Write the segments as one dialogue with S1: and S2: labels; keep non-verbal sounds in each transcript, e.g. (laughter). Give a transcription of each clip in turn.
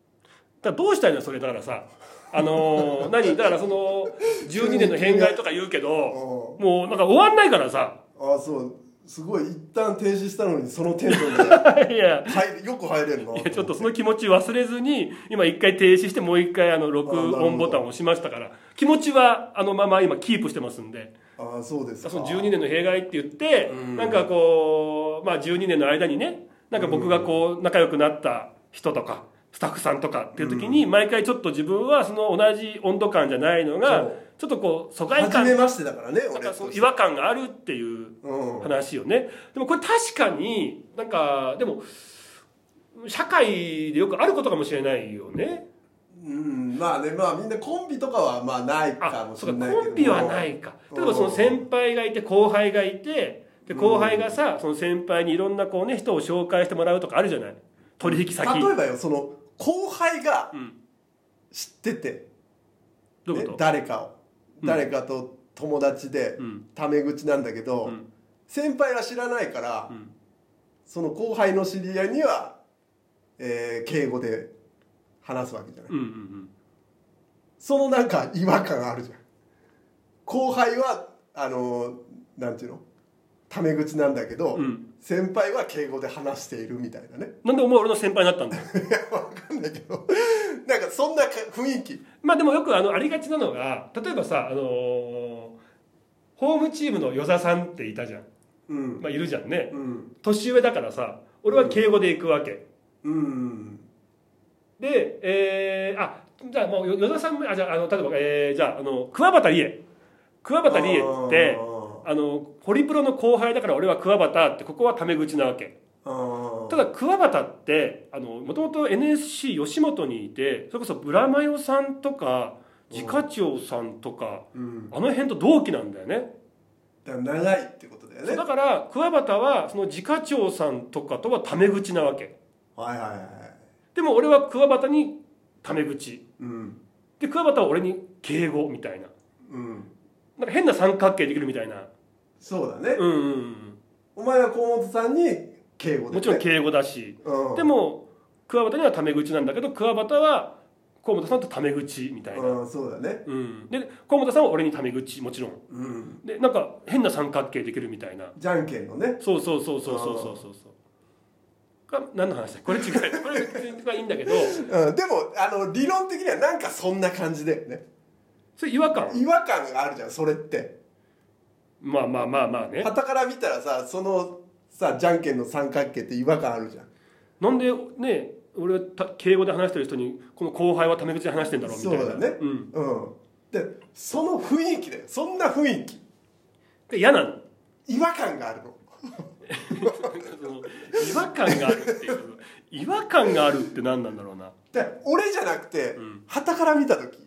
S1: だからどうしたいのそれだからさあ (laughs) のー何だからその12年の変害とか言うけど
S2: あ
S1: もうなんか終わんないからさ
S2: あそうすごい一旦停止したのにそのテンション
S1: (laughs)
S2: で
S1: いや
S2: 入よく入れ
S1: (laughs)
S2: るない
S1: やちょっとその気持ち忘れずに今一回停止してもう一回あの録
S2: あなるほ
S1: 音
S2: ど
S1: ボタンを押しましたから気持ちはあのまま今キープしてますんで
S2: ああそうですか
S1: その12年の弊害って言って、
S2: うん
S1: なんかこう、まあ、12年の間にねなんか僕がこう仲良くなった人とかスタッフさんとかっていう時に毎回ちょっと自分はその同じ温度感じゃないの
S2: そ
S1: が
S2: う
S1: ちょっとこう疎外
S2: 初
S1: 感
S2: めましてだからね
S1: なん
S2: 俺
S1: かそう違和感があるっていう
S2: うん
S1: 話よねでもこれ確かになんかでも社会でよくあることかもしれないよね
S2: うん、まあねまあみんなコンビとかはまあないか
S1: あ
S2: もし
S1: そ
S2: れ
S1: うか
S2: ないけど
S1: コンビはないか
S2: うん
S1: 例えばその先輩がいて後輩がいてで
S2: うん
S1: 後輩がさその先輩にいろんなこうね人を紹介してもらうとかあるじゃない取引先
S2: 例えばよその後輩が
S1: うん
S2: 知ってて、
S1: どうい
S2: ね
S1: うこ
S2: 誰かを
S1: うん
S2: 誰かと友達で
S1: とうん
S2: タメ口なんだけど、
S1: うん
S2: 先輩は知らないから、
S1: うん
S2: その後輩の知り合いには、えー敬語で話すわけじゃない
S1: うんうんうん
S2: そのなんか違和感あるじゃん後輩はあのなんていうのタメ口なんだけど、
S1: うん
S2: 先輩は敬語で話しているみたいなね
S1: なんでお前俺の先輩になったんだよ
S2: いやわかんないけど (laughs) なんかそんなか雰囲気
S1: まあでもよくあのありがちなのが例えばさあのーホームチームの与座さんっていたじゃん
S2: うん
S1: まあいるじゃんね
S2: うん
S1: 年上だからさ俺は敬語で行くわけ、
S2: うん
S1: でえー、あじゃあもうよ与田さんもあじゃああの例えば、えー、じゃああの桑畑理恵桑畑理恵ってあのホリプロの後輩だから俺は桑畑ってここはタメ口なわけ
S2: あー
S1: ただ桑畑ってもともと NSC 吉本にいてそれこそブラマヨさんとか自家長さんとか
S2: うん
S1: あの辺と同期なんだよね
S2: だから長いってことだよ
S1: そう
S2: ね
S1: だから桑畑はその自家長さんとかとはタメ口なわけ
S2: はいはいはい
S1: でも俺は桑畑にタメ口
S2: うん
S1: で桑畑は俺に敬語みたいな
S2: うん
S1: なんか変な三角形できるみたいな
S2: そうだね
S1: うんうん
S2: お前は河本さんに敬
S1: うん
S2: 語で、ね、
S1: もちろん敬語だし
S2: うん、
S1: でも桑畑にはタメ口なんだけど桑畑は河本さんとタメ口みたいな、
S2: うん、そうだね
S1: うん、で河本さんは俺にタメ口もちろん
S2: うん
S1: でなんか変な三角形できるみたいな
S2: じゃんけんのね
S1: そうそうそうそうそうそうそうそうが何の話だこれ違うこれ全然いいんだけど
S2: うん、でもあの理論的にはなんかそんな感じだよね
S1: それ違和感
S2: 違和感があるじゃんそれって
S1: まあまあまあまあね
S2: はたから見たらさそのさじゃんけんの三角形って違和感あるじゃん
S1: なんでね俺はた敬語で話してる人にこの後輩はタメ口で話してんだろうみたいな
S2: そうだね
S1: うん、
S2: うんでその雰囲気だよそんな雰囲気
S1: で嫌なの
S2: 違和感があるの
S1: その違和感があるっていう違和感があるって何なんだろうな
S2: で俺じゃなくて
S1: ん
S2: はた、から見た時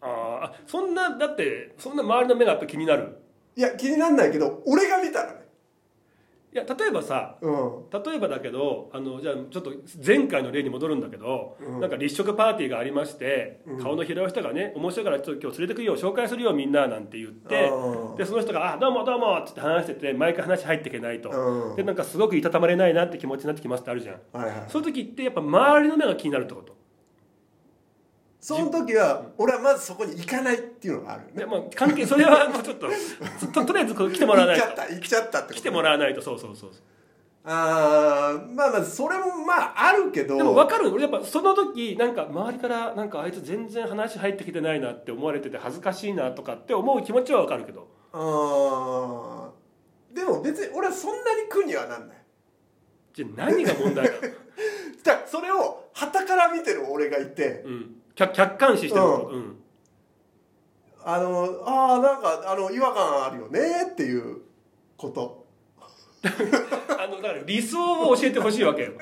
S1: あーそんなだってそんな周りの目がやっぱ気になる
S2: いや気になんないけど俺が見たらね
S1: いや例えばさ
S2: うん
S1: 例えばだけどあのじゃあちょっと前回の例に戻るんだけど、
S2: うん
S1: なんか立食パーティーがありまして、
S2: うん
S1: 顔の拾う人がね面白いからちょっと今日連れてくよ紹介するよみんななんて言って
S2: うん
S1: でその人が「あどうもどうも」っつって話してて毎回話入っていけないと、
S2: うん
S1: でなんかすごくいたたまれないなって気持ちになってきますってあるじゃん
S2: はいはい
S1: そういう時ってやっぱ周りの目が気になるってこと
S2: その時は俺はまずそこに行かないっていうのがあるよね
S1: で、まあ、関係それはもうちょっとちょっととりあえずこう来てもらわ
S2: 行
S1: な
S2: っ
S1: い
S2: ち
S1: と
S2: ゃった行っちゃったってこと
S1: 来てもらわないとそうそうそうそう
S2: あーまあまあそれもまああるけど
S1: でも分かる俺やっぱその時なんか周りからなんかあいつ全然話入ってきてないなって思われてて恥ずかしいなとかって思う気持ちは分かるけど
S2: あーでも別に俺はそんなに苦にはなんない
S1: じゃあ何が問題
S2: (laughs)
S1: なの、
S2: だからそれを旗から見てる俺がいて
S1: うん、客客観視してること、うん
S2: あのあーなんかあの違和感あるよねっていうこと (laughs)
S1: あのだから理想を教えてほしいわけよ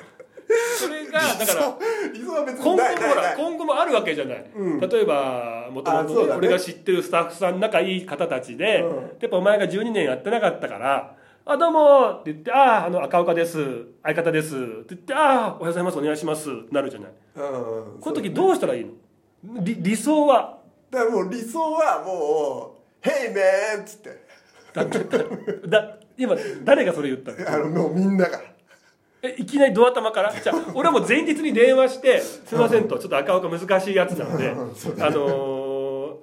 S1: それがだから
S2: そう理想は別
S1: 今後も
S2: にない
S1: ほ
S2: ない
S1: ら
S2: ない
S1: 今後もあるわけじゃない、
S2: うん
S1: 例えばもとも
S2: あそ
S1: と
S2: うだね
S1: 俺が知ってるスタッフさん仲いい方たちで、
S2: うん
S1: やっぱお前が12年やってなかったから「あどうも」って言って「あああの赤岡です相方です」って言って「ああおはようございますお願いします」なるじゃない
S2: うん
S1: この時どうしたらいいの理理想は
S2: だからもう理想はもう「Hey man」っつって
S1: だだだ今誰がそれ言ったの
S2: あのもうみんなが
S1: えいきなりドア玉からじゃあ俺はもう前日に電話
S2: (laughs)
S1: して「すいません」とちょっと赤岡難しいやつなのであのー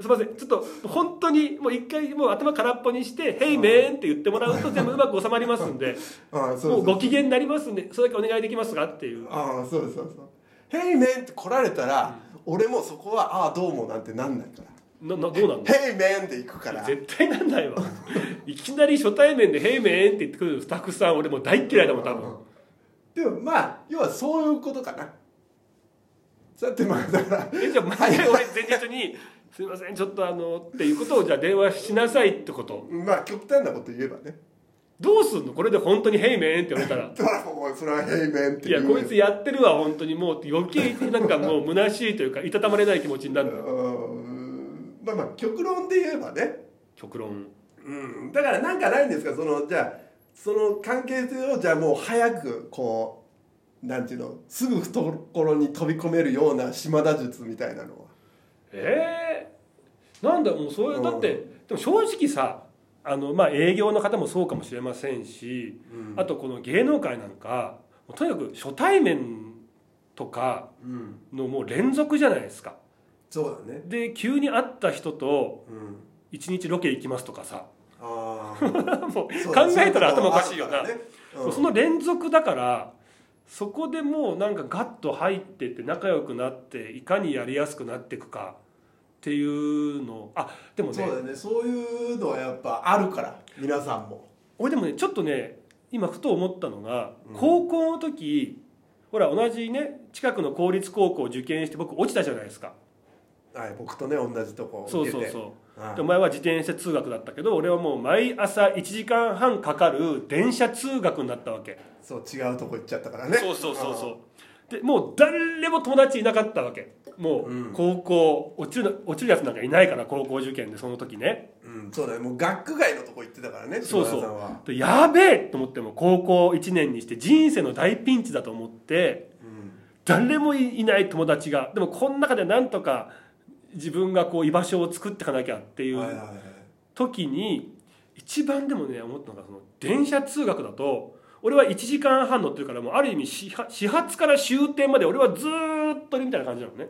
S1: すいませんちょっと本当にもう一回もう頭空っぽにして「ヘイメーン」って言ってもらうと全部うまく収まりますんで
S2: あ (laughs) あそう
S1: も
S2: そう
S1: うご機嫌になりますんでそれだけお願いできますかっていう
S2: ああそうですそうです「ヘイメン」って来られたら、俺もそこは「ああどうも」なんてなんないから
S1: ななどうなんの
S2: 「ヘイメン」で行くから
S1: 絶対なん
S2: (laughs)
S1: ないわいきなり初対面で「ヘイメーン」って言ってくるスタッフさん俺もう大っ嫌いだもん多分
S2: でもまあ要はそういうことかなだってまあだから
S1: えじゃあ毎回俺前日に「すいませんちょっとあの」っていうことをじゃあ電話しなさいってこと
S2: まあ極端なこと言えばね
S1: どうすんのこれで本当に「ヘイメーン」って言われた (laughs) ら
S2: 「ドラゴンそれはヘイメン」って
S1: いやこいつやってるわ本当にもうって余計なんかもう虚しいというかいたたまれない気持ちにな
S2: う
S1: る
S2: んまあまあ極論で言えばね
S1: 極論
S2: うんだからなんかないんですかそのじゃあその関係性をじゃあもう早くこうなんていうのすぐ懐に飛び込めるような島田術みたいなのは
S1: えー、なんだもうそういううんだってでも正直さあの、まあ、営業の方もそうかもしれませんし、
S2: うん
S1: あとこの芸能界なんかもうとにかく初対面とか
S2: うん
S1: のもう連続じゃないですか
S2: そうだね
S1: で急に会った人と
S2: うん
S1: 1日ロケ行きますとか (laughs) さ
S2: あ
S1: (laughs)
S2: あ
S1: もう考えたら頭おかしいよな
S2: うん
S1: その連続だからそこでもうなんかガッと入ってって仲良くなっていかにやりやすくなっていくかっていうのあでも
S2: そ
S1: ね
S2: うだよねそういうのはやっぱあるから皆さんも
S1: 俺でもねちょっとね今ふと思ったのが、
S2: うん
S1: 高校の時ほら同じね近くの公立高校受験して僕落ちたじゃないですか
S2: はい僕とね同じとこ
S1: そう
S2: 受け
S1: そう
S2: て
S1: そう
S2: はい
S1: でお前は自転車通学だったけど俺はもう毎朝1時間半かかる電車通学になったわけ
S2: そう違うとこ行っちゃったからね
S1: そうそうそうそうでもう誰も友達いなかったわけも
S2: う
S1: うん高校、落ちる落ちるやつなんかいないから高校受験でその時ね
S2: うん、そうだねもう学区外のとこ行ってたからね
S1: そうそ
S2: 島田さんは
S1: うでやべえと思っても高校1年にして人生の大ピンチだと思って誰もいいない友達がでもこの中でなんとか自分がこう居場所を作っていかなきゃってい
S2: うん、はいはいうはい
S1: 時に一番でもね思ったのがその電車通学だと俺は1時間半乗ってるからもうある意味始発始発から終点まで俺はずーっといるみたいな感じなのね、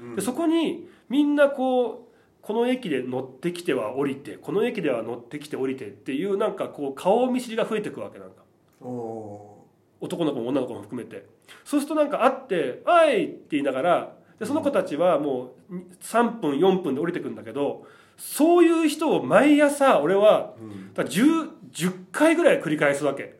S2: うん
S1: でそこにみんなこうこの駅で乗ってきては降りてこの駅では乗ってきて降りてっていうなんかこう顔見知りが増えてくわけなんか
S2: おお
S1: 男の子も女の子も含めてそうするとなんか会って「おい!」って言いながらでその子たちはもう3分4分で降りてくんだけどそういう人を毎朝俺は
S2: ー、うん、
S1: だから 10, 10回ぐらい繰り返すわけ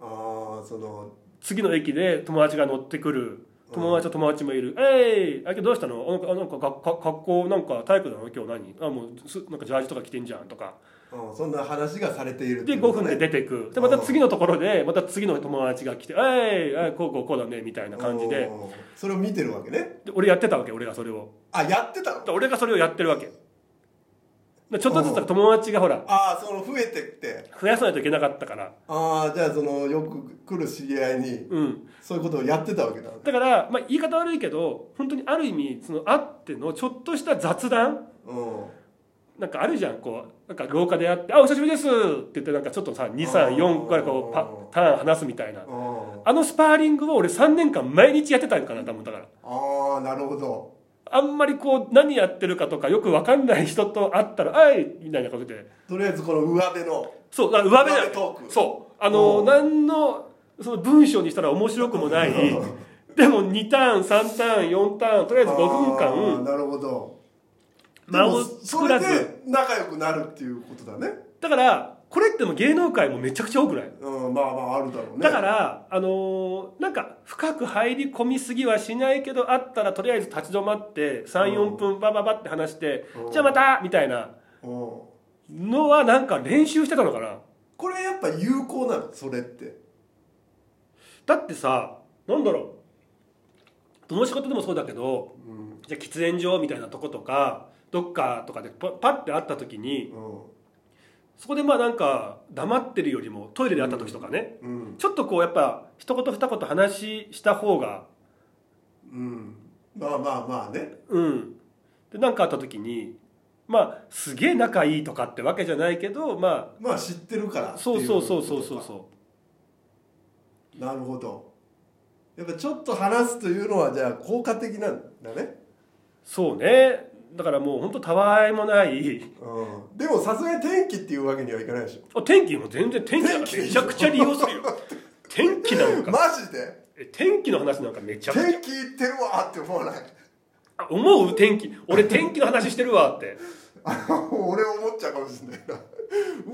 S2: ああその
S1: 次の駅で友達が乗ってくる友達と友達もいる「えいあ今日どうしたのあなんかあなんかかか格好なんか体育なの今日何あもうすなんかジャージとか着てんじゃん」とか
S2: うんそんな話がされているって
S1: で
S2: いうこ
S1: 5
S2: と
S1: 分
S2: ね
S1: で出てくでまた次のところでまた次の友達が来て「えいあこうこうこうだね」みたいな感じで
S2: おーそれを見てるわけね
S1: で俺やってたわけ俺がそれを
S2: あやってたの
S1: だから俺がそれをやってるわけでちょっとずつ友達がほら
S2: ああその増えてって
S1: 増やさないといけなかったから
S2: ああじゃあそのよく来る知り合いに
S1: うん
S2: そういうことをやってたわけだ
S1: だから、まあ、言い方悪いけど本当にある意味そのあってのちょっとした雑談
S2: うん
S1: なんかあるじゃんこうなんか廊下であって「あお久しぶりです」って言ってなんかちょっとさ234からこうパターン話すみたいな
S2: うん
S1: あのスパーリングを俺3年間毎日やってたんかな多分だから
S2: ああなるほど
S1: あんまりこう何やってるかとかよく分かんない人と会ったら「あい!」みたいなことで
S2: とりあえずこの上辺の
S1: そうだから上辺
S2: 上辺トーク
S1: そうあの
S2: うん
S1: 何のその文章にしたら面白くもないでも2ターン3ターン4ターンとりあえず5分
S2: あ
S1: 間
S2: ーなるほど
S1: 間を
S2: でもそ
S1: 作
S2: れ
S1: らず
S2: で仲良くなるっていうことだね
S1: だからこれってもう芸能界もめちゃくちゃ多くない
S2: うんまあまああるだろうね
S1: だから、あのーなんか深く入り込みすぎはしないけどあったらとりあえず立ち止まって34分バババって話して、
S2: うん
S1: じゃあまたみたいな
S2: うん
S1: のはなんか練習してたのかな
S2: これやっぱ有効なのそれって
S1: だってさなんだろうどの仕事でもそうだけど
S2: うん
S1: じゃあ喫煙所みたいなとことかどっかとかでパパッて会った時にそこでまあなんか黙ってるよりもトイレで会った時とかね、
S2: うん
S1: ちょっとこうやっぱ一言二言話した方が
S2: うんまあまあまあね
S1: うん、で何かあった時にまあすげえ仲いいとかってわけじゃないけどま
S2: まあ知ってるから
S1: あ
S2: って
S1: そ
S2: いう
S1: そうそうそうそうそう
S2: なるほどやっぱちょっと話すというのはじゃあ効果的なんだね、
S1: そうねだからもう本当たわいもない
S2: うん、でもさすがに天気っていうわけにはいかないでし
S1: あ天気も全然天気なんかめちゃくちゃ利用するよ天気なん
S2: ょ
S1: か
S2: マジで
S1: え天気の話なんかめちゃくちゃ
S2: 天気言ってるわって思わない (laughs)
S1: あ思う天気俺天気の話してるわって
S2: あの俺思っちゃうかもしれないな (laughs) う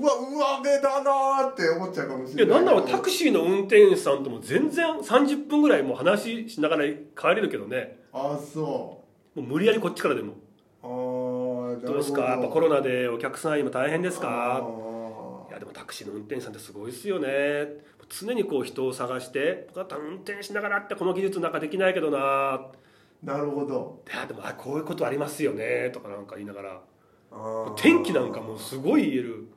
S2: わ上目だなーって思っちゃうかもし
S1: い
S2: れ
S1: や
S2: な
S1: ないんなら
S2: けど
S1: タクシーの運転手さんとも全然30分ぐらいもう話しながら帰れるけどね
S2: あそ
S1: もう無理やりこっちからでも
S2: うあー
S1: どうですかやっぱコロナでお客さん今大変です
S2: あ
S1: かいやでもタクシーの運転手さんってすごいですよね常にこう人を探して僕だったら運転しながらってこの技術なんかできないけどな
S2: ーなるほど
S1: いやでもあこういうことありますよねとかなんか言いながら
S2: あー
S1: 天気なんかもうすごい言える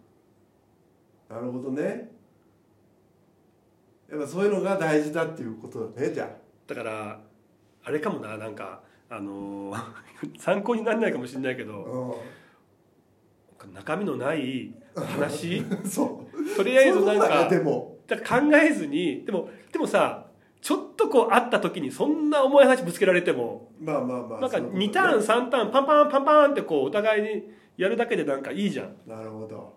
S2: なるほどねやっぱそういうのが大事だっていうことだねじゃ
S1: だからあれかもななんかあのー (laughs) 参考にならないかもしれないけ
S2: あ、
S1: ど
S2: う
S1: 中身のない
S2: (laughs)
S1: 話
S2: ん、そう
S1: とりあえず
S2: そうい
S1: な
S2: うんことだ
S1: か
S2: ねでも
S1: だから考えずにでもでもさちょっとこう会った時にそんな重い話ぶつけられても
S2: まあまあまあ
S1: なんか
S2: そういうことね
S1: 2ターン3ターンパンパンパンパンってこうお互いにやるだけでなんかいいじゃん
S2: なるほど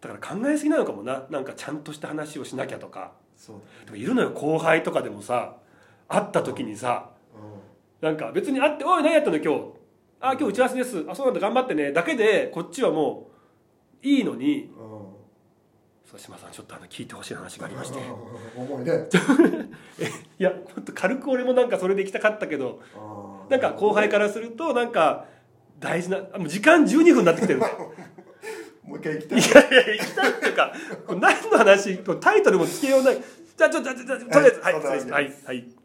S1: だから考えすぎなのかもななんかちゃんとした話をしなきゃとか
S2: そう
S1: でもいるのよ後輩とかでもさ会った時にさなんか別に会って「おい何やったの今日」「あ今日打ち合わせです」「あそうなんだ頑張ってね」だけでこっちはもういいのに
S2: だ、うんうん
S1: 「そう島さんちょっとあの聞いてほしい話がありまして」
S2: 重いね
S1: いやほんと軽く俺もなんかそれで行きたかったけど (laughs) なんか後輩からするとなんか大事なあもう時間12分になってき
S2: (laughs)
S1: てるい
S2: もう一回行きた
S1: や
S2: い
S1: いや行きたいっていうかこう何の話こうタイトルもつけようないじゃあちょっとじゃあじゃあとりあえずはい
S2: はい
S1: 失礼しますはいはい